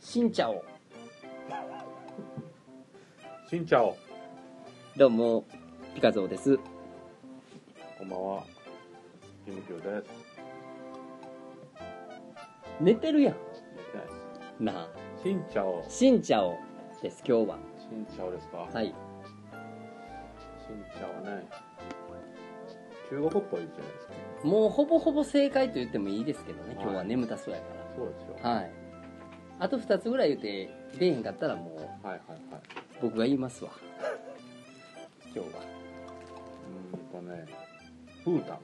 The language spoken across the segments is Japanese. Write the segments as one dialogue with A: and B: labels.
A: しんちゃお
B: しんちゃお
A: どうもピカゾーです
B: こんばんはキムキョウです
A: 寝てるや
B: 寝てないで
A: んなあ
B: すしんちゃおし
A: しんちゃおです今日は
B: んちゃおですか、、
A: はいい
B: しんちゃおね中国っぽいじゃないですか
A: もうほぼほぼ正解と言ってもいいですけどね
B: はい
A: 今日は眠たそうやか
B: そうですよ
A: らはいあと2つぐらい言って出えへんかったらもう
B: はいはいはい
A: 僕が言います わ今日は
B: うーんとねブータン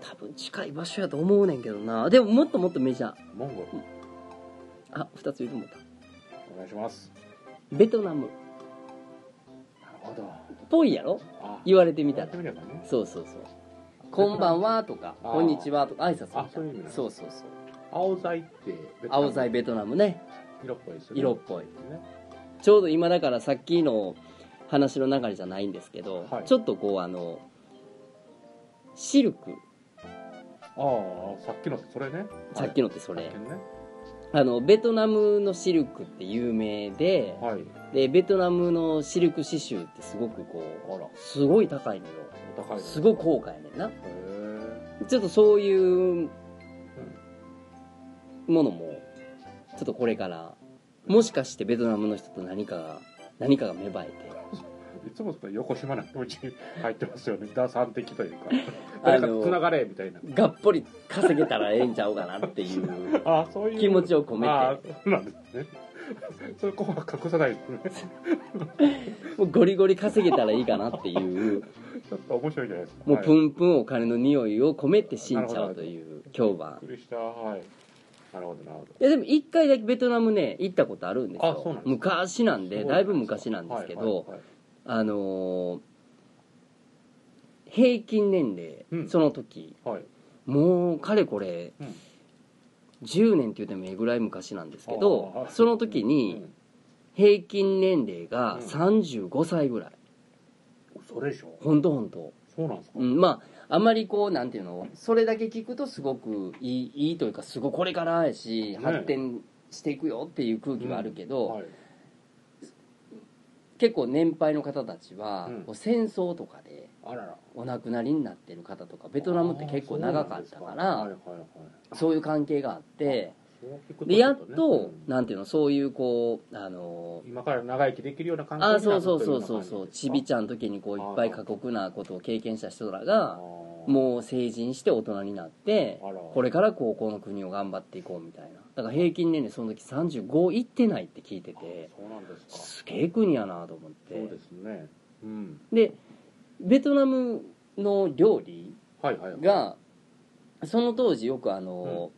A: 多分近い場所やと思うねんけどなでももっともっとメジャー
B: モンゴル
A: あ2つ言うと思った
B: お願いします
A: ベトナムっ
B: なるほど
A: ぽいやろ
B: あ
A: 言われてみた
B: や
A: ら
B: ってみればね
A: そうそうそうこんばんはとか、
B: あー
A: こんにちはとか、挨拶みた
B: あそういう意味なんだ
A: そうそうそう。
B: 青材ってベトナム
A: 青材ベトナムね。
B: 色っぽいですよね
A: 色っぽい。
B: ね
A: ちょうど今だからさっきの話の流れじゃないんですけど、
B: はい
A: ちょっとこうあの、シルク、
B: ああさっきのそれね
A: さっきのってそれ、
B: さっきのね
A: あの、ベトナムのシルクって有名で、
B: はい
A: で、ベトナムのシルク刺繍ってすごくこ
B: あら
A: う、すごい高いのよ。
B: お高い
A: すごい
B: こ
A: 高価やねんな。
B: うへえ
A: ちょっとそういうものもちょっとこれからもしかしてベトナムの人と何かが何かが芽生えて
B: いつもその横島な気持ちに入ってますよね 打算的というか
A: あ
B: 誰
A: の
B: かつながれみたいな
A: がっぽり稼げたらええんちゃうかなっていう
B: あーそういう
A: 気持ちを込めて
B: あーそうなんですね そこは隠さないですね
A: もうゴリゴリ稼げたらいいかなっていう
B: ちょっと面白いじゃないですか
A: もうプ
B: はい
A: ンプンお金の匂いを込めて死んちゃうという今日は
B: びっくりしたはいなるほどなるほど
A: いやでも一回だけベトナムね行ったことあるんです
B: あそ
A: よ
B: うなんですか
A: 昔なん
B: すご
A: で
B: い
A: だいぶ昔なんですけ
B: はい
A: ど
B: はいはい
A: あのー平均年齢、
B: うん
A: その時
B: はい
A: もうかれこれ、
B: うん
A: 10年って言ってもええぐらい昔なんですけど
B: あー
A: その時に平均年齢が
B: うん
A: 35歳ぐらい
B: うんそれでしょ
A: ほんとほんと、
B: そうなんですか
A: うん、まああまりこうなんていうのそれだけ聞くとすごくいいいいというかすごいこれからやし
B: ね
A: 発展していくよっていう空気はあるけど、
B: はい
A: 結構年配の方たちは、
B: うん
A: こう戦争とかで
B: あらら
A: お亡くなりになってる方とかベトナムって結構長かったから
B: あーそうなんですかはいはいはい
A: そういう関係があって
B: そう聞くと
A: で
B: ち
A: や
B: ょ
A: っ
B: ね
A: と
B: うん
A: なんていうのそういうこうあの
B: 今から長生きできるような感じ
A: あそうそうそうそうそうちびちゃんの時にこういっぱい過酷なことを経験した人ら
B: ゃ
A: が
B: も
A: もう成人して大人になって
B: あら
A: これから高校の国を頑張っていこうみたいなだから平均年齢その時35いってないって聞いてて
B: そうなんですか
A: すげえ国やなと思っ
B: そうで
A: て
B: すねうん
A: でベトナムの料理
B: はいはいはい
A: がその当時よくあの、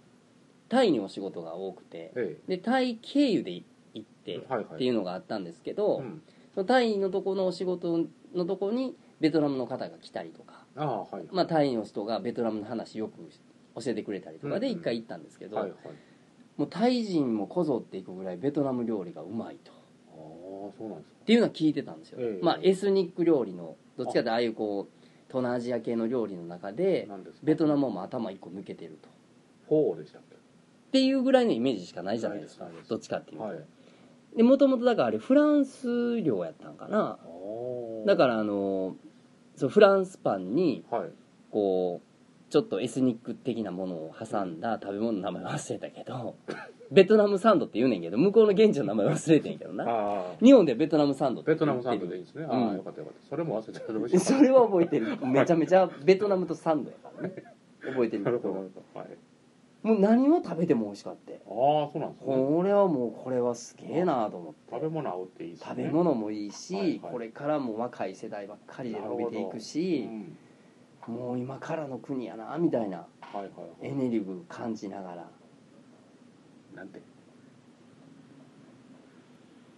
A: タイにお仕事が多くて
B: え
A: でタイ経由で行って
B: え
A: っ
B: はいはい
A: ていうのがあったんですけど、
B: うん
A: そのタイのとこのお仕事のとこにベトナムの方が来たりとか、
B: ああはい
A: まあ、タイの人がベトナムの話よく教えてくれたりとかで
B: うんうん
A: 一回行ったんですけど、
B: はいはい
A: もうタイ人もこぞっていくぐらいベトナム料理がうまいと
B: ああそうなんですか
A: っていうのは聞いてたんですよ、
B: ええ
A: まあ、エスニック料理のどっちかってああいうこう東南アジア系の料理の中で
B: なんですか
A: ベトナムも頭一個抜けてると
B: フォーでしたっけ
A: っていうぐらいのイメージしかないじゃないですか
B: ないです
A: どっちかっていうと、
B: はい
A: でもともとだからあれフランス領やったんかな
B: ああ
A: だからあのそうフランスパンに
B: らはい
A: こうちょっとエスニック的なものを挟んだ食べ物の名前忘れたけど ベトナムサンドって言うねんけど向こうの現地の名前忘れてんけどな
B: ああ
A: 日本でベトナムサンドって
B: ベ
A: 言って
B: ト
A: る
B: ナムサンドでいいんですね
A: う
B: ああ
A: ん
B: よかったよかったそれも忘れてたどうしよう
A: それは覚えてるめちゃめちゃベトナムとサンドやからね覚えてる
B: な
A: け
B: る
A: ど
B: ほどなるほどはい
A: もう何を食べても美味しかった
B: ああそうなんですね
A: これはもうこれはすげえなと思って
B: 食べ物合うっていいですね
A: 食べ物もいいし、
B: はいはい
A: これからも若い世代ばっかりで伸びていく
B: う
A: し、
B: ん
A: もう今からの国やなみたいな
B: はいはい
A: エ
B: は
A: ネルギー感じながらっ
B: いなんて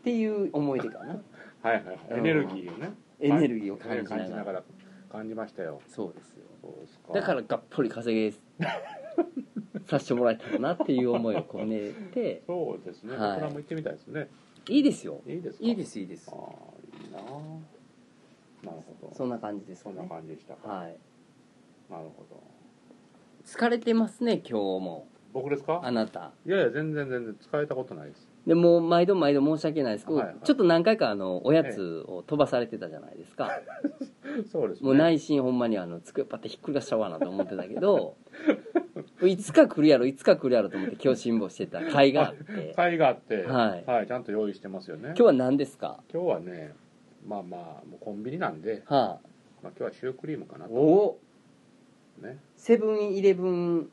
A: ていう思い出かな
B: はいはいはいエネルギーをね
A: エネルギーを感じ
B: 感
A: ながら,、
B: じながら感じましたよ
A: そうですよ
B: そうですか
A: だからがっぽり稼げさせてもらえたらなっていう思いを込めて
B: そうですね、
A: はい
B: ベトナム行ってみたいですね
A: いいですよ
B: いいですか
A: いいですすいいです
B: ああいいなあなるほど
A: そんな感じです
B: そ
A: か
B: んな
A: ね
B: 感じでしたか、
A: はい
B: なるほど
A: 疲れてますね今日も
B: 僕ですか
A: あなた
B: いやいや全然全然使えたことないです
A: でもう毎度毎度申し訳ないですけど、
B: はいはい
A: ちょっと何回かあのおやつを飛ばされてたじゃないですか、
B: そうですね
A: もう内心ほんまにあの机パッてひっくり返しちゃおうかなと思ってたけ どいつか来るやろいつか来るやろと思って今日辛抱してた甲斐があ って
B: 会があって、
A: はい
B: はい、ちゃんと用意してますよね
A: 今日は何ですか
B: 今日はねまあまあもうコンビニなんで、
A: は
B: まあ、今日はシュークリームかな
A: あ、
B: と
A: お
B: ね
A: セブンイレブン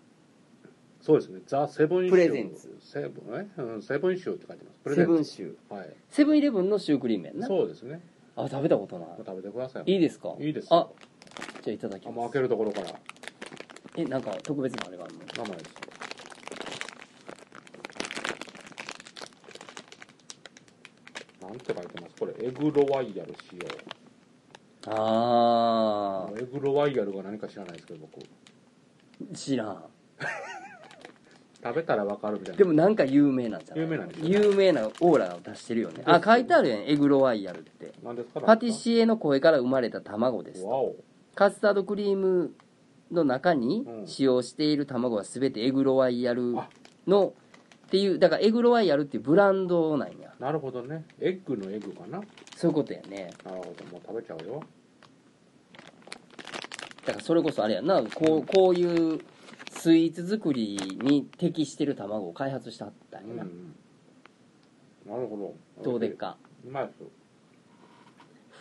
B: そうですねザ・セブンシュー
A: プレゼンツ
B: セブンえ、うん、セブンシューって書いてますプレゼ
A: セ
B: ン
A: ブ
B: ツ
A: ンシュー
B: はい
A: セブンイレブンのシュークリームやんな
B: そうですね
A: あ食べたことない
B: もう食べてください
A: いいですか
B: いいです
A: あ
B: よ
A: じゃあいただき
B: あもう
A: ま
B: 開け
A: す
B: るところから
A: えなんか特別なあれがあるの
B: 生ですなんて書いてますこれエグロワイヤル仕様
A: あ
B: エグロワイヤルが何か知らないですけど僕
A: あ知らん
B: 食べたらわかるみたいな
A: でもなんか有名なんじゃない
B: 有名なんでしょ
A: 有名なオーラを出してるよねあ書いてあるやんエグロワイヤルって
B: なんですか
A: パティシエの声から生まれた卵です
B: わお
A: カスタードクリームの中に
B: うん
A: 使用している卵は全てエグロワイヤル
B: あ
A: のっていうだからエグロワイヤルっていうブランドなんや
B: なるほどねエッグのエッグかななる
A: そういうことやね
B: ほどもう食べちゃうよ
A: だからそれこそあれやんなこうこういうスイーツ作りに適してる卵を開発したった
B: うんん、
A: やな、
B: なるほど
A: どうでっか
B: うまいですよ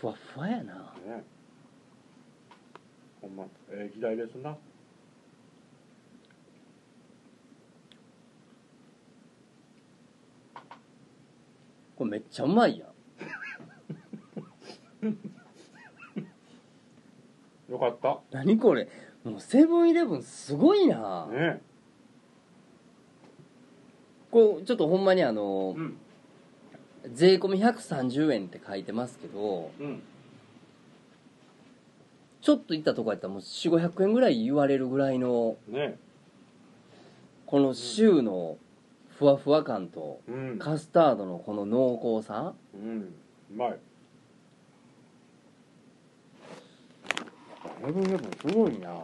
A: ふわっふわやな
B: ねほんまええ時代ですな
A: これめっちゃうまいやん
B: よかった
A: 何これもうセブンイレブンすごいな、
B: ね
A: こうちょっとほんまにあの
B: うん
A: 税込み130円って書いてますけど
B: うん
A: ちょっと行ったとこやったらもう4500円ぐらい言われるぐらいの
B: ね
A: このシューのふわふわ感と
B: うん
A: カスタードのこの濃厚さ
B: うんうまい
A: セブンイレブンすごいな
B: ね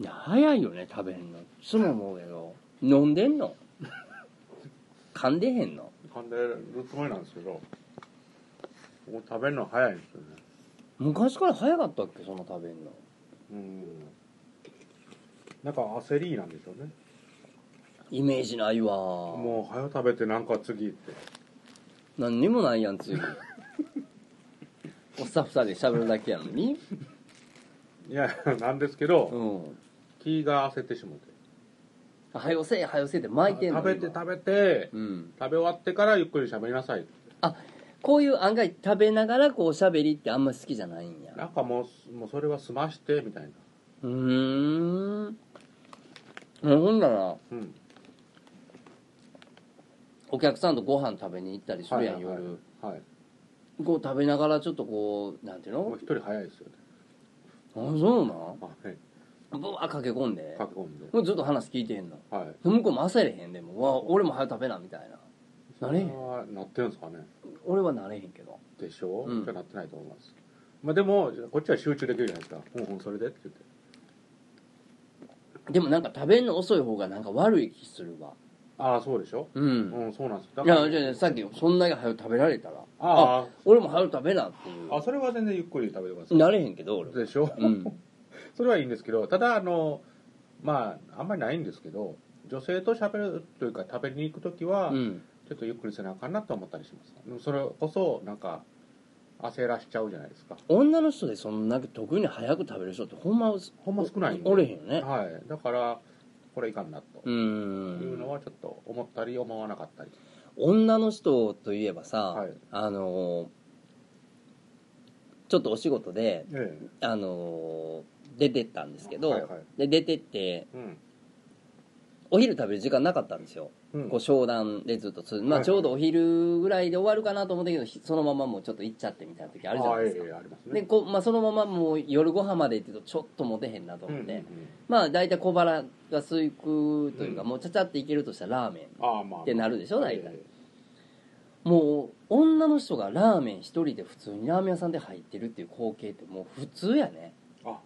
A: いや早いよね食べんのいつも思うけど飲んでん の噛んでへんの
B: 噛んでるつもりなんですけどもう食べるの早いんですよね
A: 昔から早かったっけそんな食べんの
B: うんなんか焦りなんでしょうね
A: イメージないわ
B: もう早食べてなんか次って
A: 何にもないやん次おスタッフさんで喋るだけやの に
B: いや なんですけど、
A: うん
B: 気が焦ってしまって
A: はよせはよせって巻いてんの
B: 食べて
A: 今
B: 食べて
A: うん、
B: 食べ終わってからゆっくり喋りなさい
A: こういう案外食べながらこうおしゃべりってあんま好きじゃないん
B: な
A: や
B: んかもうもうそれは済ましてみたいな
A: うーんほんなら
B: うん
A: お客さんとご飯食べに行ったりするやん、
B: はいはい
A: 夜
B: はい
A: こう食べながらちょっとこうなんていう
B: もう
A: の
B: 一人早いですよね
A: あそうなん
B: はい
A: ぶわー駆け込んで
B: 駆け込んで
A: もうずっと話聞いてんの
B: はい
A: 向こうも焦れへんでもうわー俺も早食べなみたいななれへん
B: そはなってるんですかね
A: 俺はなれへんけど
B: でしょう、
A: うん
B: じゃなってないと思いますまあでもこっちは集中できるじゃないですか「うんうんそれで」って言って
A: でもなんか食べんの遅い方がなんか悪い気するわ
B: ああそうでしょ
A: う
B: うんん、そうなんですだ
A: い
B: から
A: やじゃあじゃあさっきそんなに早く食べられたら
B: あ
A: 俺も早く食べなって
B: ああ
A: い
B: それは全然ゆっくり食べてくださ
A: うなれへんけど俺
B: いでしょ、
A: うん
B: それはいいんですけどただあのまああんまりないんですけど女性と喋るというか食べに行く時は、
A: うん
B: ちょっとゆっくりせなあかんなと思ったりしますでもそれこそなんか焦らしちゃうじゃないですか
A: 女の人でそんな特に早く食べる人ってほんま
B: ほんま少ないんで
A: おれへんよね
B: はいだからこれいかんなと
A: う
B: いうの
A: ん
B: はちょっと思ったり思わなかったり
A: 女の人といえばさ、
B: はい
A: あのーちょっとお仕事で、
B: ええ
A: あのー出てったんですけど、
B: はいはい
A: で出てって
B: うん
A: おお昼食べる時間なかったんですよ、
B: うん
A: こう商談でずっとつま
B: はいは
A: あ、
B: い
A: ちょうどお昼ぐらいで終わるかなと思ったけどひそのままもうちょっと行っちゃってみたいな時あるじゃないですか
B: あええありますね
A: でこう、まあ、そのままもう夜ご飯まで行ってるとちょっと持てへんなと
B: うんう
A: 思っ
B: んう
A: て、
B: ん
A: まあ大体小腹が空くというか、
B: うん
A: もうちゃちゃっていけるとしたらラーメン
B: ああまあ
A: ってなるでしょ大体、
B: え
A: もう女の人がラーメン一人で普通にラーメン屋さんで入ってるっていう光景ってもう普通やね
B: えあ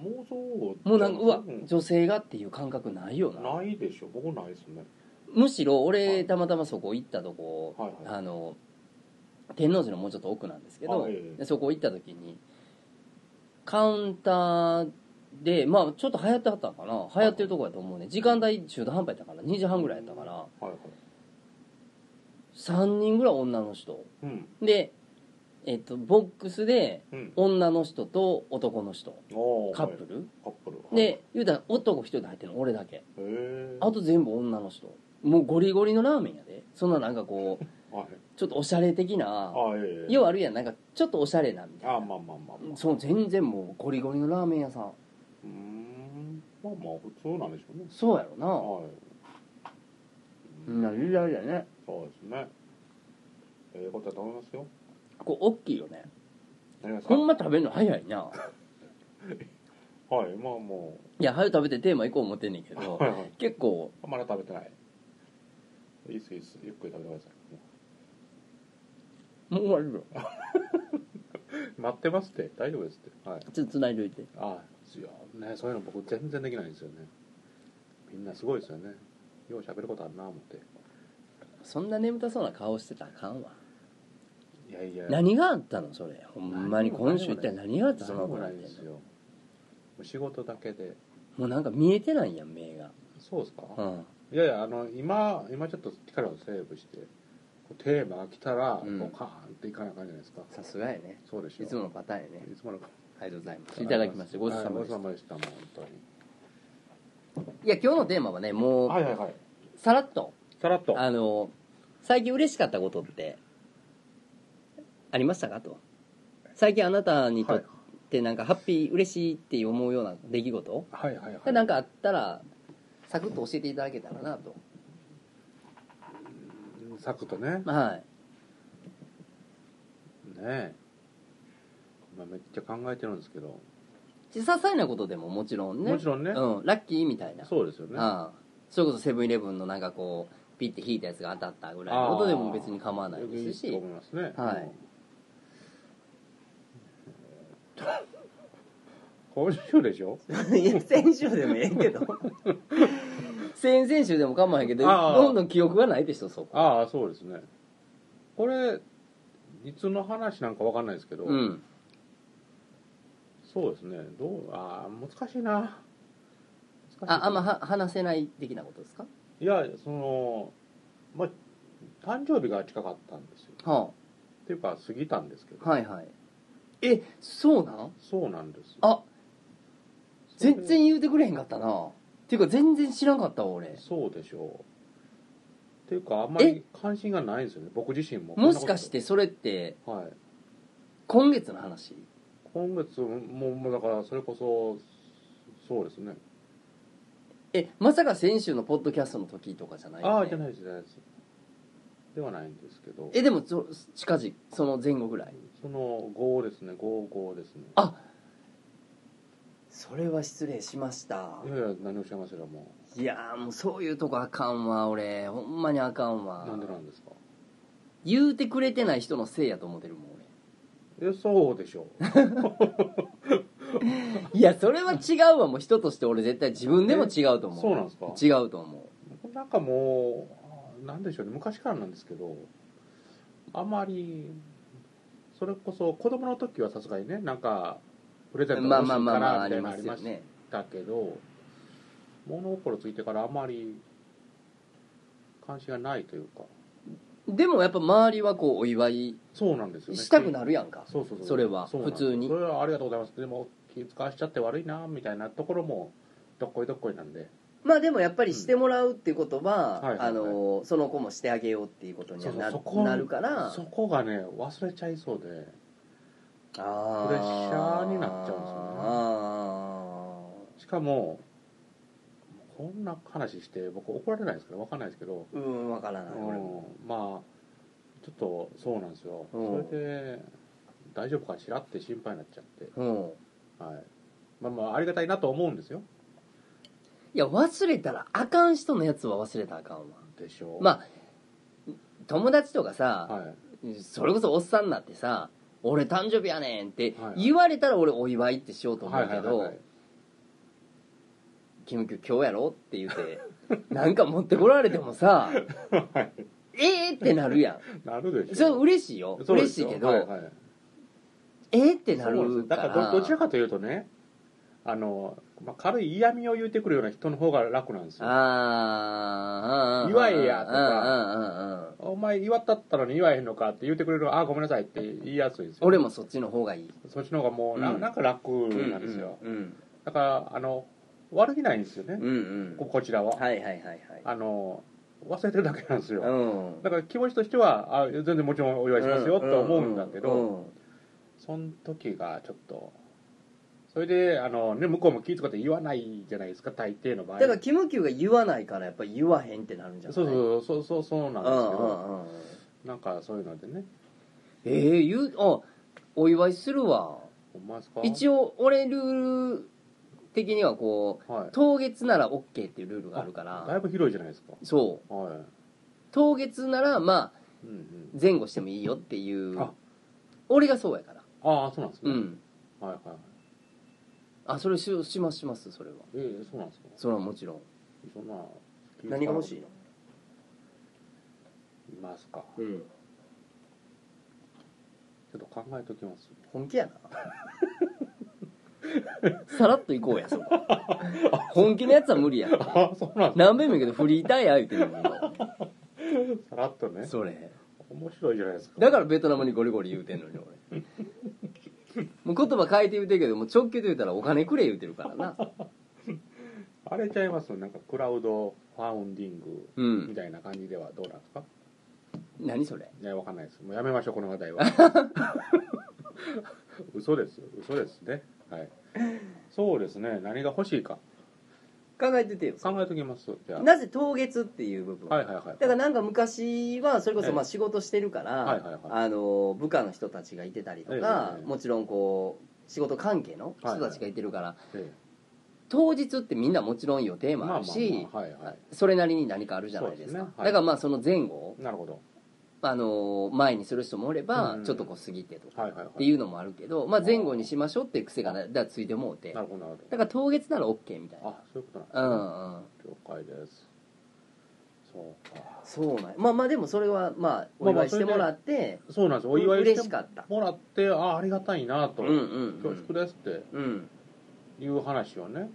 B: もうそう
A: もうなんかうわ
B: ん
A: 女性がっていう感覚ないよな
B: ないでしょ僕ないですね
A: むしろ
B: は
A: 俺
B: い
A: たまたまそこ行ったとこ、
B: はいはい
A: あの天王寺のもうちょっと奥なんですけど、
B: あええ
A: でそこ行った時にカウンターでまあちょっと流行ってはったのかな流行ってるとこやと思うね時間帯中途半端やったから2時半ぐらいやったから
B: はいはい
A: 3人ぐらい女の人
B: うん
A: でえっとボックスで
B: うん
A: 女の人と男の人
B: おー
A: カップル、
B: カップル
A: で言うたら男一人で入ってるの俺だけ
B: へえ
A: あと全部女の人もうゴリゴリのラーメンやでそんななんかこう
B: はい
A: ちょっとおしゃれ的な
B: ああええ
A: 要はあるやんなんかちょっとおしゃれなみたい
B: あ
A: な
B: あまあまあまあまあ
A: そう全然もうゴリゴリのラーメン屋さん
B: うーんまあまあ普通なんでしょうね
A: そうやろな、
B: はい
A: みんなリアルやね
B: そうですねええことだと思いますよ
A: こう大きいよね
B: ありますか
A: ほんま食べるの早い な
B: はいまあも
A: いや早く食べてテーマ行こう思ってんねんけ
B: う
A: ど
B: はいはい
A: 結構
B: あまだ食べてないいいっすいいっすゆっくり食べてくださ
A: もう終わるよ
B: い待ってますって大丈夫ですってはい
A: ちょっと繋いでおいて
B: ああいやねそういうの僕全然できないんですよねみんなすごいですよねよう喋ることあるな思って
A: そんな眠たそうな顔してたらあかんわ
B: いやいや
A: 何があったのそれほんまに
B: 何も
A: 今週一体何があってそんな
B: 何
A: こと
B: も
A: にな
B: な
A: っ
B: い
A: てん
B: です
A: の
B: よもう仕事だけで
A: もうなんか見えてないやん目が
B: そうですか、
A: うん
B: いやいやあの今今ちょっと力をセーブしてこうテーマが来たら、
A: うん
B: こうカーンっていかなあかんじゃないですか
A: さすがやね
B: そうでしょ
A: いつものパターンやね
B: いつもの
A: ありがとうございますいただきましてごちそうさまでした、
B: はいごちそうさまでしたもう本当に
A: い、や今日のテーマはねもう
B: はいはいはい
A: さらっと
B: さらっと
A: あの最近嬉しかったことってありましたかと最近あなたにとってなんかハッピー嬉しいって思うような出来事
B: はいはいはい
A: がなんかあったらサクッと教えていただけたらなと
B: うんサクッとね
A: はい
B: ねえ今めっちゃ考えてるんですけど、
A: 些細なことでももちろんね
B: もちろんね、
A: うん、ラッキーみたいな
B: そうですよね
A: ああそれこそセブンイレブンのなんかこうピッて引いたやつが当たったぐらいのことでも別に構わないです
B: よ
A: し
B: くいいと思いますね
A: はい
B: うん今週でしょ
A: いや先週でもええけど 先々週でも構わへんけど
B: ああ
A: どんどん記憶がないでしょそこ
B: ああそうですねこれいつの話なんかわかんないですけど、
A: うん
B: そうですねどうああ難しいな難しい
A: ああんまは話せない的なことですか
B: いやそのまあ誕生日が近かったんですよ
A: は
B: っていうか過ぎたんですけど、
A: あはいはいえそうなん
B: そうなんですよ
A: あ全然言うてくれへんかったなっていうか全然知らんかったわ俺
B: そうでしょうっていうかあんまり
A: え
B: 関心がないんですよね僕自身も
A: もしかしてそれって
B: はい
A: 今月の話
B: 今月ももうだからそれこそそうですね
A: えまさか先週のポッドキャストの時とかじゃないよね
B: ああじゃないですじゃないですではないんですけど
A: えでもそ近々その前後ぐらい
B: その5ですね55ですね
A: あそれは失礼しました
B: いやいや何をおっしゃいますよも
A: いやーもうそういうとこあかんわ俺ほんまにあかん
B: う
A: わ
B: なんでなんですか
A: 言うてくれてない人のせいやと思ってるもん
B: えそうでしょう
A: 俺いやそれは違うわもう人として俺絶対自分でも違うと思う
B: そうなんですか
A: 違うと思
B: なんかもうなんでしょうね昔からなんですけどあまりそれこそ子供の時はさすがにねなんかプレゼン
A: う
B: ト
A: まあ
B: 欲しい
A: まあま
B: か
A: あまあ
B: ら
A: あ
B: みた
A: り
B: いなの
A: ま
B: あり
A: す
B: ま
A: よ
B: し
A: ね
B: たけど物心ついてからあまり関心がないというか
A: でもやっぱ周りはこうお祝い
B: そうなんですよね
A: したくなるやんか
B: そうそうそう
A: それは
B: うなんです
A: 普通に
B: それはありがとうございますでも気使わしちゃって悪いなみたいなところもどっこいどっこいなんで
A: まあでもやっぱりしてもらうっていうことは、
B: うんはいはいはい
A: あのその子もしてあげようっていうことにはな
B: そうそうそこ
A: なるから
B: そこがね忘れちゃいそうで
A: プレッ
B: プレッシャーになっちゃうんですよね
A: よね
B: しかもそんな話して僕怒られないですから分かんないですけど、
A: うんわからない俺も
B: うん、まあちょっとそうなんですよ、
A: うん
B: それで大丈夫かしらって心配になっちゃって、
A: うん
B: はい、まあまあありがたいなと思うんですよ
A: いや忘れたらあかん人のやつは忘れたらあかんわ
B: でしょう
A: まあ友達とかさ、
B: はい、
A: それこそおっさんになってさ「俺誕生日やねん」って
B: はい
A: 言われたら俺お祝いってしようと思
B: は
A: う
B: いはい
A: け
B: はいは
A: ど
B: い
A: 「君今日今日やろ?」って言って なんか持ってこられても さ「ええ!」ってなるや
B: なる
A: ん
B: でし
A: それ
B: ょ
A: 嬉しいよ
B: そうで
A: 嬉
B: す
A: しい
B: よ
A: けど「
B: はいはい
A: ええ!」ってな
B: そう
A: る
B: ですだ
A: か
B: かららどどちらかというとねあの、まあ、軽い嫌味を言ってくるような人の方が楽なんですよ
A: ああ
B: 祝えやと
A: か
B: かお前祝ったったのに祝えへんのかって言ってくれるああごめんなさいって言いやすいんですよ
A: 俺もそっちの方がいい
B: そっちの方がもうな,、
A: うん
B: ん、なんか楽なんですよ、
A: うん
B: だからあの悪気ないんですよね
A: うん、うんう
B: こ
A: ん
B: こちらは、
A: はいはいはいは
B: あの忘れてるだけなんです
A: い
B: よ、
A: うん
B: だから気持ちとしてはあ全然もちろんお祝いしますよと思うんだけど、
A: うんうん
B: その時がちょっとそれであの、ね、向こうも気遣って言わないじゃないですか大抵の場合
A: だからキムキューが言わないからやっぱり言わへんってなるんじゃない
B: そうそうそうそうそうなん
A: う
B: です
A: ん
B: け
A: う
B: ど
A: んうん
B: なんかそういうのでね
A: ええ言うあお祝いするわ
B: ほんまですか
A: 一応俺ルール的にはこ
B: 応、は
A: う
B: い、
A: 当月なら OK っていうルールがあるか
B: だ
A: ら
B: いぶ広いじゃないですか
A: そう
B: は
A: 当月ならまあ
B: い、うんうん、
A: 前後してもいいよっていう
B: あ
A: 俺がそうやから
B: ああそうなんです
A: う
B: ね、
A: ん
B: はいはいはい
A: あそれししますしますそれは
B: ええそうなんですか
A: それはもちろん
B: そんな
A: 何が欲しいの
B: いますかちょ
A: うん
B: っと考えときます
A: 本気やな さらっと行こうやそこ本気のやつは無理や
B: あそうなんで
A: 何遍も言うけどフリーターや言うてるのに
B: すかさらっとね
A: それ
B: 面白いじゃないですか
A: だからベトナムにゴリゴリ言うてんのに俺もう言葉変えて言うてるけどもう直球で言うたらお金くれ言うてるからな
B: あれちゃいますなんかクラウドファウンディング
A: う
B: み
A: ん
B: たいな感じではどうなんですか、
A: 何それ
B: いやわかんないですもうやめましょうこの話 題は嘘ですよ嘘ですねはいそうですね何が欲しいか
A: 考えててよ
B: 考えときますじゃあ
A: なぜ当月っていう部分、
B: はいはいはい
A: だからなんか昔はそれこそまあ仕事してるから、
B: はいはいはい
A: あの部下の人たちがいてたりとか、
B: ええ
A: もちろんこう仕事関係の人たちがいてるから、
B: え
A: 当日ってみんなもちろん予定もあるし、
B: まあまあまあはいはい
A: それなりに何かあるじゃないですか
B: そうですねはい
A: だからまあその前後、
B: なるほど
A: あの前にする人もおれば、
B: うん
A: ちょっとこう過ぎてとか
B: はいはいはい
A: っていうのもあるけど、まあ、前後にしましょうっていう癖がだからついてもうて
B: な
A: だ
B: るほどなるほ
A: から当月なら OK みたい
B: ど
A: な
B: あそういうことなんです
A: うんう
B: ね、
A: ん
B: 了解ですそうか
A: そうなんやまあまあでもそれはまあお
B: まあ
A: 祝
B: まあ
A: いしてもらって、
B: そうなんですお祝い
A: 嬉
B: し
A: してかった
B: もらってあありがたいなと、
A: うんうんう
B: 恐縮
A: ん
B: ですって
A: うん
B: いう話をね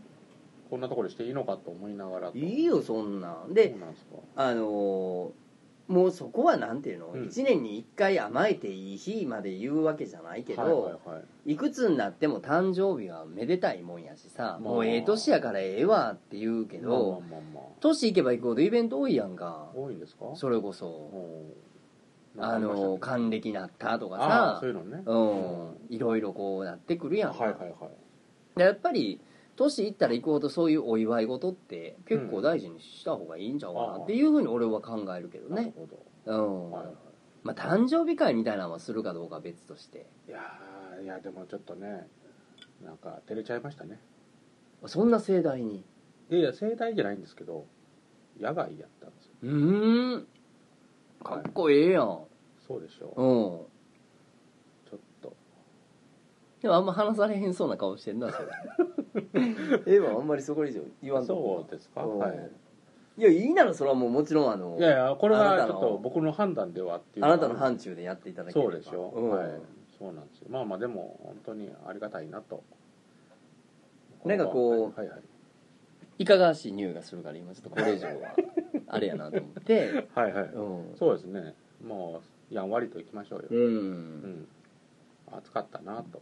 B: こんなところでしていいのかと思いながらと
A: いいよそんなん
B: そ
A: で
B: うなんですか
A: あのーもうそこはなんていうの、
B: うん
A: 一1年に1回甘えていい日まで言うわけじゃないけど、
B: はいはい
A: い
B: はい
A: くつになっても誕生日はめでたいもんやしさ、
B: あ
A: もうええ年やからええわって言うけど、
B: まあまあまあま
A: 年いけばいくほどイベント多いやんか
B: あ多いんですか
A: それこそ
B: おー
A: あのー
B: なんか
A: 還暦なったとか
B: ああ
A: さ
B: そういうのね
A: うんいろいろこうなってくるやんか、
B: はいはいはい
A: でやっぱり年いったら行くほどそういうお祝い事って結構大事にした方がいいんちゃうかなっていうふうに俺は考えるけど
B: なる
A: ね
B: ほど、
A: うん
B: はいは
A: まあ誕生日会みたいなのはするかどうかは別として
B: い、いやーいやでもちょっとねなんか照れちゃいましたね
A: そんな盛大に
B: いやいや盛大じゃないんですけど野外やったんですよ
A: うーんかっこええやん
B: そうでしょう
A: うん
B: ちょっと
A: でもあんま話されへんそうな顔してんなそれ ええわあんまりそこ以上言わんとこ
B: そうですか
A: うん
B: はい
A: いやいいならそれはもうもちろんあの
B: いやいやこれ
A: あな
B: は
A: た
B: ち
A: の
B: ょっと僕の判断ではっていう
A: あなたの範
B: 判
A: 疇でやっていただければ
B: そうでしょ、
A: うん
B: はいそうなんですよまあまあでも本当にありがたいなと
A: なんかこう
B: はいはい
A: いかがわしい匂いがするから今ちょっとこれ以上はあれやなと思って
B: はいはい、
A: うん
B: そうですねもうやんわりといきましょうよ、
A: う
B: うんん、暑かったなと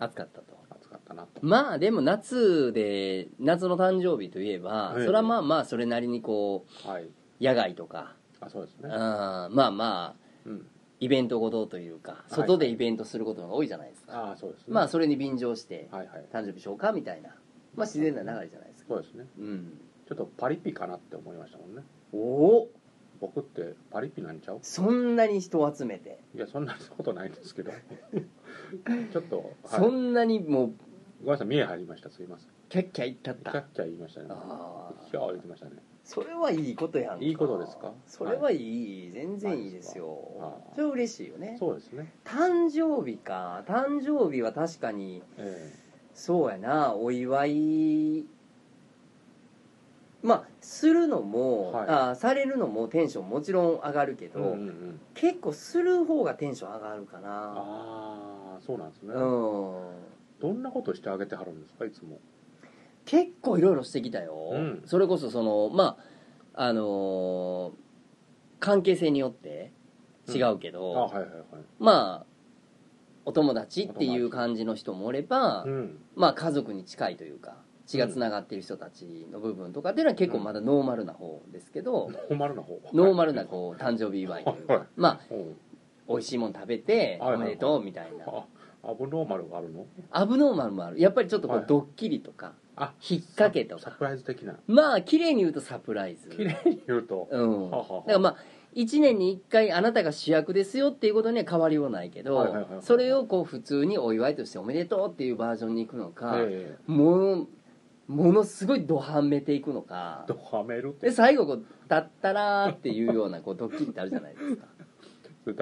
A: 暑かったと
B: 暑かったなと
A: まあでも夏で夏の誕生日といえば、
B: ええ
A: それはまあまあそれなりにこう
B: はい
A: 野外とか、
B: あそうです
A: うん
B: ね
A: まあまあ
B: うん
A: イベントごとというか
B: い
A: 外でイベントすることが多いじゃないですか、
B: ああそうですね
A: まあそれに便乗して
B: はいはい
A: 誕生日しようかみたいな、まあ、自然な流れじゃないですか
B: そうですね
A: うん
B: ちょっとパリピかなって思いましたもんね
A: おお
B: 僕ってパリピなんちゃう
A: そんなに人を集めて、
B: いやそんなことないんですけ どちょっと、はい、
A: そんなにもう
B: ごめんなさい見え張りましたすいません
A: キャッキャ言ったっ
B: キャッ
A: た
B: キャ言いましたね
A: ああ
B: キャー言ってましたね
A: それはいいことやんか
B: いいことですか
A: それはいい、全然いいですよ
B: はい
A: それは嬉しいよね
B: そうですね
A: 誕生日か誕生日は確かに
B: え
A: そうやなお祝いまあするのも、
B: はい
A: あされるのもテンションもちろん上がるけ
B: え
A: ど、
B: うんうんうん
A: 結構する方がテンション上がるかな
B: ああそうなんですね、
A: うん
B: どんなことしてあげてはるんですかいつも
A: 結構いろいろしてきたよ、
B: うん
A: それこそそのまああのー関係性によって違うけ
B: あ
A: ど、
B: はいはいはい
A: まあお友達っていう感じの人もおれば、
B: うん
A: まあ家族に近いというか血がつながっている人たちの部分とかっていうのは結構まだノーマルな方ですけど、
B: ノーマルな方
A: ノーマルなこう誕生日祝いというか、
B: はい
A: まあ
B: うん
A: 美味しいもん食べて
B: はいは
A: お
B: いはい
A: めでとうみたいな、
B: あアブノーマルがあるの
A: アブノーマルもあるやっぱりちょっとこ
B: は
A: う
B: い
A: ドッキリとか、
B: あ
A: 引っ掛けと
B: サ
A: か
B: プライズ的な
A: まあ綺麗に言うとサプライズ
B: 綺麗に言うと、
A: うん
B: は
A: だ
B: あはあ
A: からまあ1年に1回あなたが主役ですよっていうことには変わりはないけど、
B: はいはいはいはい
A: それをこう普通にお祝いとしておめでとうっていうバージョンに行くのか、
B: ええ
A: もうものすごいドハめていくのか
B: ドハメルって
A: で最後こう「たったら」っていうようなこうドッキリってあるじゃない ですか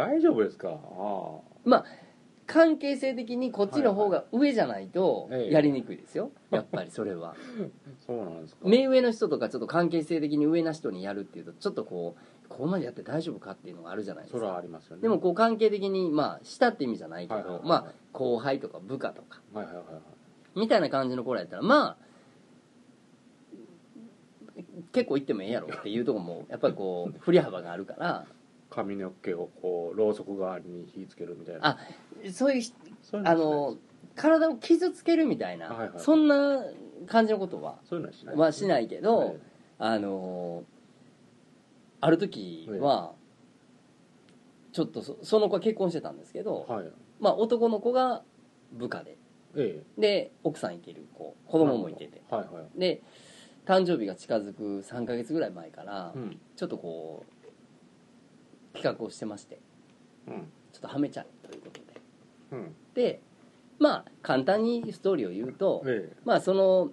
B: 大丈夫ですかああ
A: まあ関係性的にこっちの方が上じゃないと
B: ええ
A: やりにくいですよ、やっぱりそれ は
B: そうなんですか
A: 目上の人とかちょっと関係性的に上な人にやるっていうとちょっとこうここまでやって大丈夫かっていうのがあるじゃないです
B: そ
A: か
B: れはありますよね
A: でもこう関係的にまあ下って意味じゃないけど、
B: はいはいはい
A: まあ後輩とか部下とか
B: はいはいはいはい
A: みたいな感じの子らやったらまあ結構行ってもええやろっていうとこもやっぱりこう振り幅があるから
B: 髪の毛をこうろうそく代わりに火つけるみたいな
A: あそういうひ
B: そういう
A: あ
B: の
A: の体を傷つけるみたいな、
B: はいはい
A: そんな感じのことは
B: そういうのはしない
A: はしないけど、
B: はい
A: あのある時は、ちょっとそその子は結婚してたんですけど、
B: はい
A: まあ男の子が部下で
B: ええ
A: で奥さんいてる子子
B: 子
A: 供もいてて
B: はいはい
A: で誕生日が近づく3ヶ月ぐらい前から、
B: うん
A: ちょっとこう企画をしてまして
B: うん
A: ちょっとはめちゃうということで
B: うん
A: でまあ簡単にストーリーを言うと、
B: ええ
A: まあその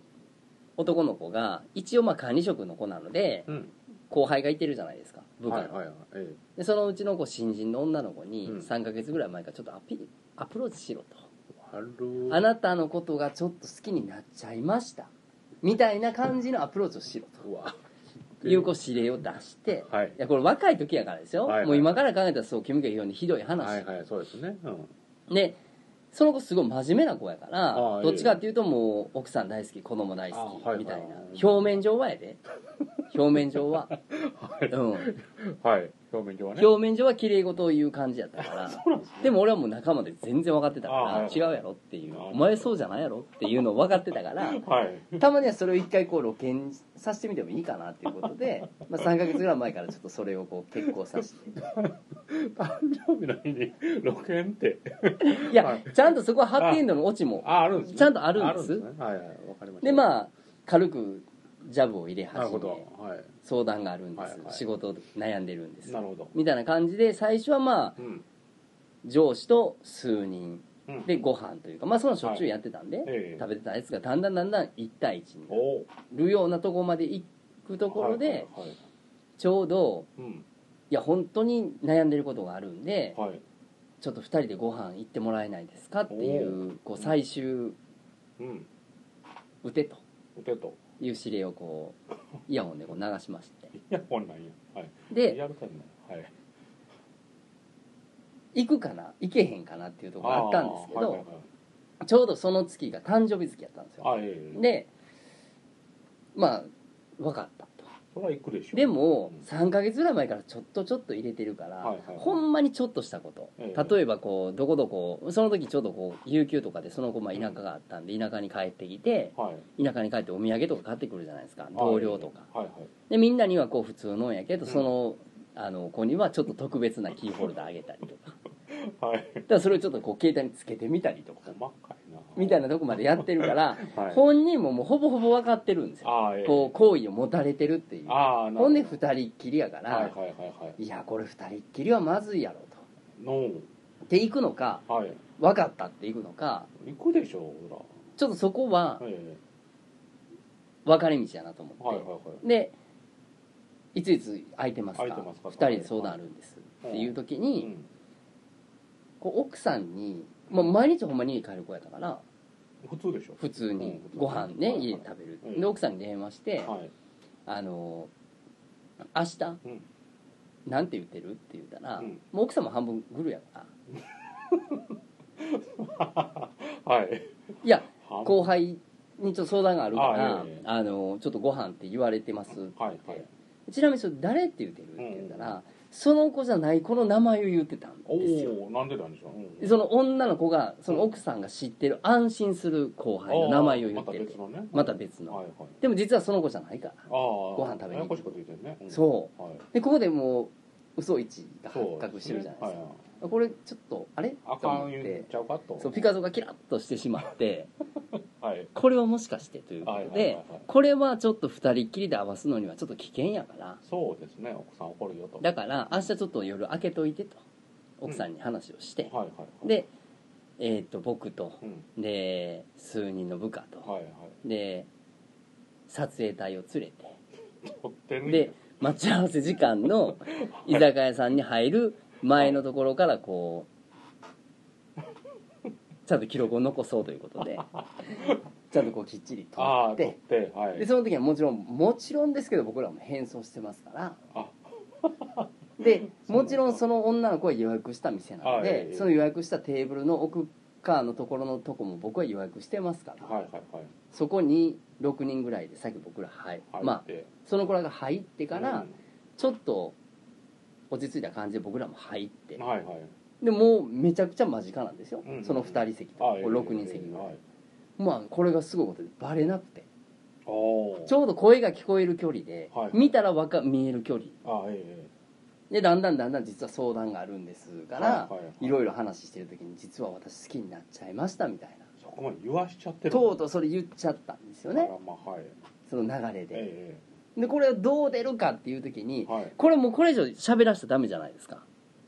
A: 男の子が一応まあ管理職の子なので
B: うん
A: 後輩がいてるじゃないですか部下
B: は
A: の、
B: いはいはいえ
A: でそのうちのこう新人の女の子に
B: うん
A: 3ヶ月ぐらい前からちょっとアピアプローチしろと、
B: え悪
A: あなたのことがちょっと好きになっちゃいましたみたいな感じのアプローチをしろと
B: うわ
A: 有効指令を出して、
B: はい
A: いやこれ若い時やからですよ、
B: はいはい
A: もう今から考えたらそう煙が非常にひどい話、
B: はいはいそうですねうん
A: でその子すごい真面目な子やから
B: ああ
A: どっちかっていうともう奥さん大好き子供大好
B: あはいは
A: き
B: い
A: みたいな、
B: はい
A: 表面上はや で表面上は、
B: はい
A: うん、
B: はい表面上はね
A: 表面上は綺麗事を言う感じやったから
B: そうなんですね
A: でも俺はもう仲間で全然分かってたか
B: ああ
A: ら
B: はい
A: 違うやろっていう
B: ああ
A: お前そうじゃないやろっていうのを分かってた から
B: はい
A: たまにはそれを一回こう露見させてみてもいいかなっていうことで、まあ、3ヶ月ぐらい前からちょっとそれをこう結婚させて
B: 誕生日の日に 露見って
A: いや、
B: はい
A: ちゃんとそこはハッピーエンドのオチも
B: ああるんですね
A: ちゃんとあるんです
B: ねはいはいわかりました
A: でまあ軽くジャブを入れ
B: なる
A: 始
B: ほ
A: め
B: どはい
A: 相談があるんです、
B: はいはい
A: 仕事悩んでるんです
B: なるほど
A: みたいな感じで最初はまあ
B: うん
A: 上司と数人
B: うん
A: でご飯というかまあそのしょっちゅうやってたんで、
B: ええ
A: 食べてたやつがだんだんだんだん1対1にな
B: お
A: るようなとこまで行くところで、
B: はいはいはい
A: ちょうど
B: うん
A: いや本当に悩んでることがあるんで、
B: はい
A: ちょっと2人でご飯行ってもらえないですかっていうこう最終
B: うん
A: 打てと
B: お手と
A: いう指令をこうイヤホンでこう流しまして
B: いやこんなんやはいリ
A: で
B: アルタイムだはい
A: 行くかな行けへんかなっていうところがあったんですけど、
B: あーはいはいはい
A: ちょうどその月が誕生日月やったんですよ
B: あええ
A: でまあ分かったと
B: それは行くでしょ
A: でも
B: うん
A: 3ヶ月ぐらい前からちょっとちょっと入れてるから、
B: はいはい
A: ほんまにちょっとしたこと、
B: ええ
A: 例えばこうどこどこその時ちょうどこう有給とかでその子まあ田舎があったんで田舎に帰ってきて
B: はい
A: 田舎に帰ってお土産とか買ってくるじゃないですか同僚とか
B: はいはい
A: でみんなにはこう普通のんやけど
B: うん
A: その,、あの子にはちょっと特別なキーホルダーあげたりとか
B: はい
A: だからそれをちょっとこう携帯につけてみたりとか
B: 細かいな
A: みたいなとこまでやってるから、
B: はい
A: 本人ももうほぼほぼ分かってるんですよ
B: あーええ
A: こう好意を持たれてるっていう
B: あーなるほど
A: ほんで2人っきりやから、
B: はいはい
A: い
B: はいはい
A: やこれ2人っきりはまずいやろと
B: の
A: っていくのか
B: はい
A: 分かったっていくのか
B: 行くでしょほ
A: ちょっとそこは
B: らえ
A: 分かれ道やなと思って、
B: えはいはいはい
A: でいついつ空いてますか
B: 空いてますか
A: 2人で相談あるんです、
B: は
A: っ
B: い
A: ていう時
B: う
A: に、
B: ん
A: こう奥さんに、まあ、毎日ほんまに家帰る子やったから
B: 普通でしょ
A: 普通に
B: うん
A: ご飯ね、
B: はい
A: 家で食べる、
B: うん
A: で奥さんに電話して「
B: はい
A: あの明日、
B: ん
A: なんて言ってる?」って言ったら、
B: うん
A: もう奥さんも半分グルやから
B: はい
A: 「いや
B: は
A: 後輩にちょっと相談があるから
B: あ
A: あ、
B: ええ
A: のちょっとご飯って言われてます」って言って、
B: はいはい
A: ちなみにそれ誰って言ってる?」っ
B: うん
A: て言ったら、その子じゃない子の名前を言ってたん
B: お
A: ですよ
B: おなんでなんでしょううん
A: でその女の子がその奥さんが知ってる安心する後輩の名前を言って
B: あーまた
A: る
B: 別のね
A: また別の
B: はいはい
A: でも実はその子じゃないから
B: ああご
A: 飯食べに
B: ややこしいこと言ってるねうん
A: そ
B: はいう
A: でここでもう嘘一が
B: そう
A: 発覚してるじゃないですか
B: はは
A: これちょっとあれ
B: あ
A: と
B: か
A: 思
B: ん
A: っ
B: 言
A: て
B: っちゃうかと
A: そうピカゾがキラッとしてしまって
B: はい
A: これはもしかしてということ
B: はいはいはい
A: で
B: はい
A: これはちょっと2人っきりで合わすのにはちょっと危険やから
B: そうですね奥さん怒るよと
A: だから明日ちょっと夜開けといてと奥さんに話をして、
B: はいはいはい
A: でえっ、と僕と
B: うん
A: で数人の部下と、
B: はいはい
A: で撮影隊を連れて
B: とってんね
A: で待ち合わせ時間の居酒屋さんに入る前のところからこうちゃんと記録を残そうということでちゃんとこうきっちり
B: あ
A: 撮
B: あ
A: っ
B: 取ってては
A: で
B: い
A: その時はもちろんもちろんですけど僕らも変装してますから
B: あ
A: でもちろんその女の子は予約した店なの
B: あえ
A: で
B: え
A: その予約したテーブルの奥側のところのとこも僕は予約してますから
B: はいはいはい
A: そこに6人ぐらいでさっき僕ら入
B: 入って
A: まあその子らが入ってから
B: う
A: ちょっと落ち着いた感じで僕らも入って
B: んはいはい
A: でもうめちゃくちゃ間近なんですよ、
B: うん
A: その2人席と
B: あええ
A: 6人席ぐらい、
B: はい
A: まあこれがすごいことでバレなくて
B: おー
A: ちょうど声が聞こえる距離で、
B: はい
A: 見たらわか見える距離
B: あええ
A: でだんだんだんだん実は相談があるんですから、
B: は
A: い
B: いはいはい
A: ろいろ話してる時に実は私好きになっちゃいましたみたいな
B: そこまで言わしちゃってる
A: とうとうそれ言っちゃったんですよ
B: あ
A: ね
B: らまあはい
A: その流れで
B: え
A: でこれをどう出るかっていう時
B: え
A: に
B: はい
A: これもうこれ以上喋らせちゃダメじゃないですか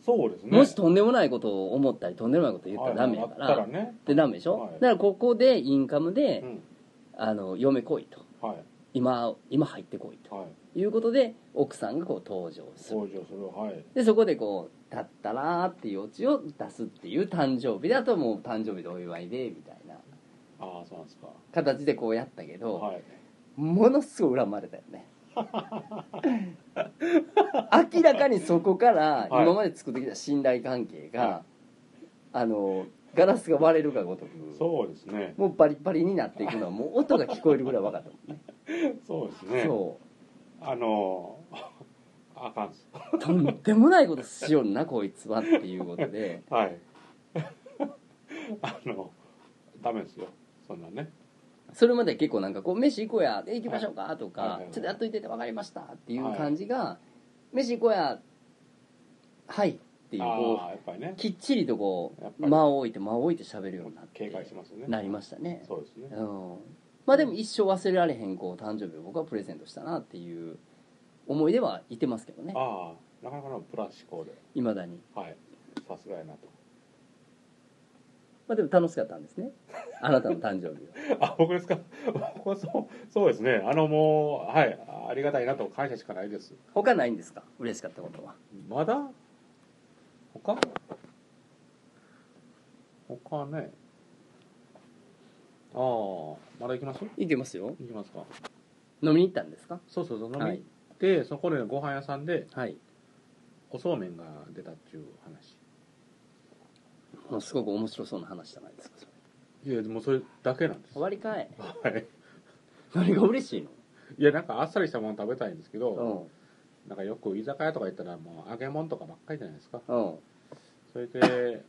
B: そうですね
A: もしとんでもないことを思ったりとんでもないこと言ったらダメやから、
B: はいあったらね
A: でダメでしょ、
B: はい
A: だからここでインカムで、
B: うん
A: あの嫁来いと
B: はい
A: 今今入ってこいと
B: はい
A: いうことで奥さんがこう登場する
B: 登場するはい
A: でそこでこう「だったら」っていうオチを出すっていう誕生日であともう誕生日でお祝いでみたいな
B: ああそうなんですか
A: 形でこうやったけど、
B: はい
A: ものすごい恨まれたよね明らかにそこから
B: はい
A: 今まで作ってきた信頼関係が、あのガラスが割れるかごとく
B: そうですね
A: もうバリバリになっていくのはもう音が聞こえるぐらい分かったもんね
B: そうですね
A: そ
B: あの ーあかんっす
A: うとんでもないことしよるなこいつはっていうことで
B: はい あのダメですよそんなね
A: それまで結構なんかこう「飯行こうや」で「行きましょうか」とか、
B: はいはいはい
A: ちょっとやっといてて分かりました」っていう感じが「飯行こうや」「はい」っていうこ
B: ああやっぱりね
A: うきっちりとこ
B: やっぱ
A: う
B: り
A: 間を置いて間を置いて喋るようになって
B: 警戒しますよね
A: なりましたね
B: そうですね
A: うんまあでも一生忘れられへんこう誕生日を僕はプレゼントしたなっていう思い出はいてますけどね
B: ああなかなかのプラス思考で
A: いまだに
B: はいさすがやなと
A: まあでも楽しかったんですねあなたの誕生日は
B: あ僕ですか 僕はそうそうですねあのもうはいありがたいなと感謝しかないです
A: 他ないんですか嬉しかったことは
B: まだ他他ねああまだ行きます
A: いけますよ
B: 行きますか
A: 飲みに行ったんですか
B: そうそうそう飲み
A: は
B: 行
A: い
B: って、そこでご飯屋さんで
A: はい
B: おそうめんが出たっていう話
A: もうすごく面白そうな話じゃないですかそれ
B: いやでもそれだけなんです
A: 終わりかい
B: はい
A: 何が嬉しい
B: いやなんかあっさりしたもの食べたいんですけど、
A: の
B: なんかよく居酒屋とか行ったらもう揚げ物とかばっかりじゃないですか
A: うんうん
B: それで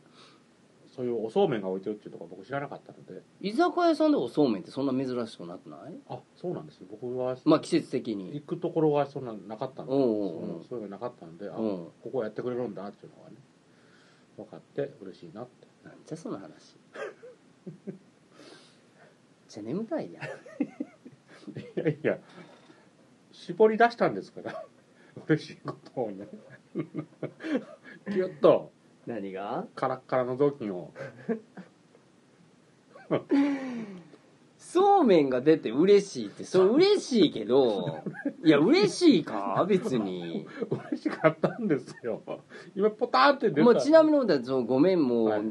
B: そういうおそうめんが置いてるっていうとこ僕知らなかったので
A: 居酒屋さんでおそうめんってそんな珍しくなくない
B: あそうなんです僕は
A: まあ季節的に
B: 行くところはそんななかったので
A: うんうんうん
B: そそういうのなかったのであ、
A: うん
B: ここはやってくれるんだっていうのがね分かって嬉しいなって
A: なんじゃその話ちゃ眠たいやん
B: いやいや絞り出したんですから 嬉しいことをね ぎゅっと
A: 何が
B: カラッカラの雑巾を
A: そうめんが出て嬉しいってそれ嬉しいけどいや嬉しいか別に
B: 嬉しかったんですよ今ポタンって出た、
A: もうちなみに俺たちそのごめんもう、
B: はい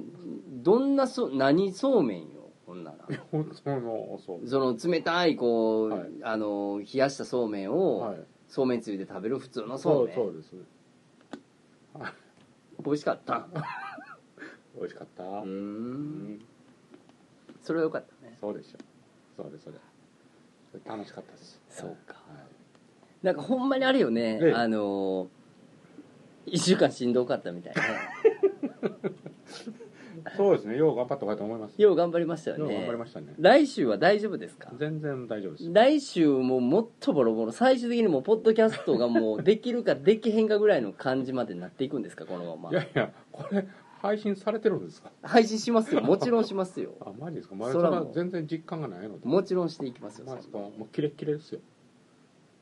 A: どんなそ何そうめんよこんなら
B: 本当のそう
A: その冷たいこう、
B: はい
A: あの冷やしたそうめんを、
B: はい
A: そうめんつゆで食べる普通のそ
B: そうう
A: めん
B: そうですね
A: 美味しかった
B: 美味しかった、
A: うーん
B: ん
A: それはよかったね
B: そうでしょそうですそれそれ楽しかったです
A: そうか
B: はい
A: なんかほんまにあれよね、
B: ええ
A: あの1週間しんどかったみたいな
B: そうですねよう頑張ったかと思いますよ
A: よう頑張りましたよ
B: う
A: ね
B: 頑張りましたね
A: 来週は大丈夫ですか
B: 全然大丈夫です
A: 来週ももっとボロボロ最終的にもうポッドキャストがもうできるかできへんかぐらいの感じまでなっていくんですかこのま
B: いや
A: ま
B: いやこれ配信されてるんですか
A: 配信しますよもちろんしますよ
B: あマジですかまだ
A: そ
B: そ
A: ら
B: れ
A: もう
B: は全然実感がないので
A: もちろんしていきますよ
B: マジです
A: そ
B: か
A: んな
B: もうキレッキレですよ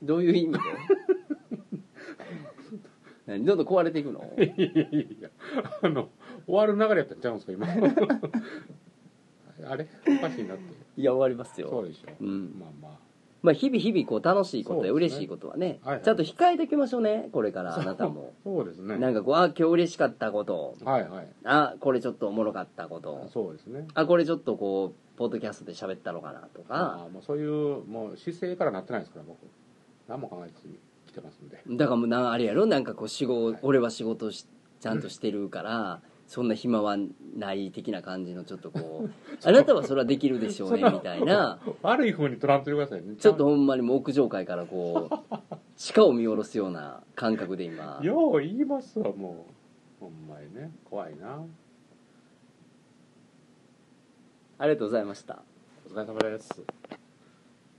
A: どういう意味 で何どんどん壊れていくの
B: いやいやいやいやあの終わる流れやったんちゃうんですか今あれおかしいなって
A: いや終わります
B: そう
A: よ
B: でしょ、
A: うん
B: まあま
A: まあ日々日々こう楽しいことや
B: そうで
A: 嬉
B: すね
A: しいことはね
B: はいはい
A: ちゃんと控えておきましょうねこれからあなたも
B: あそうです ね
A: なんかこうあ今日嬉しかったこと
B: はいはい
A: あこれちょっとおもろかったこと
B: そうですね
A: あこれちょっとこうポッドキャストで喋ったのかなと
B: あ
A: か
B: あもうそういうもう姿勢からなってないですから僕何も考えずに来てますんで
A: だからもうなあれやろなんかこう仕事、
B: はい
A: 俺は仕事しちゃんとしてるから、そんな暇はない的な感じのちょっと こうあなたはそれはできるでしょうねみたいな
B: 悪い風に取らんといてくださいね
A: ちょっとほんまにもう屋上階からこ う地下を見下ろすような感覚で今
B: よう言いますわもうほんまにね怖いな
A: ありがとうございました
B: お疲れ様です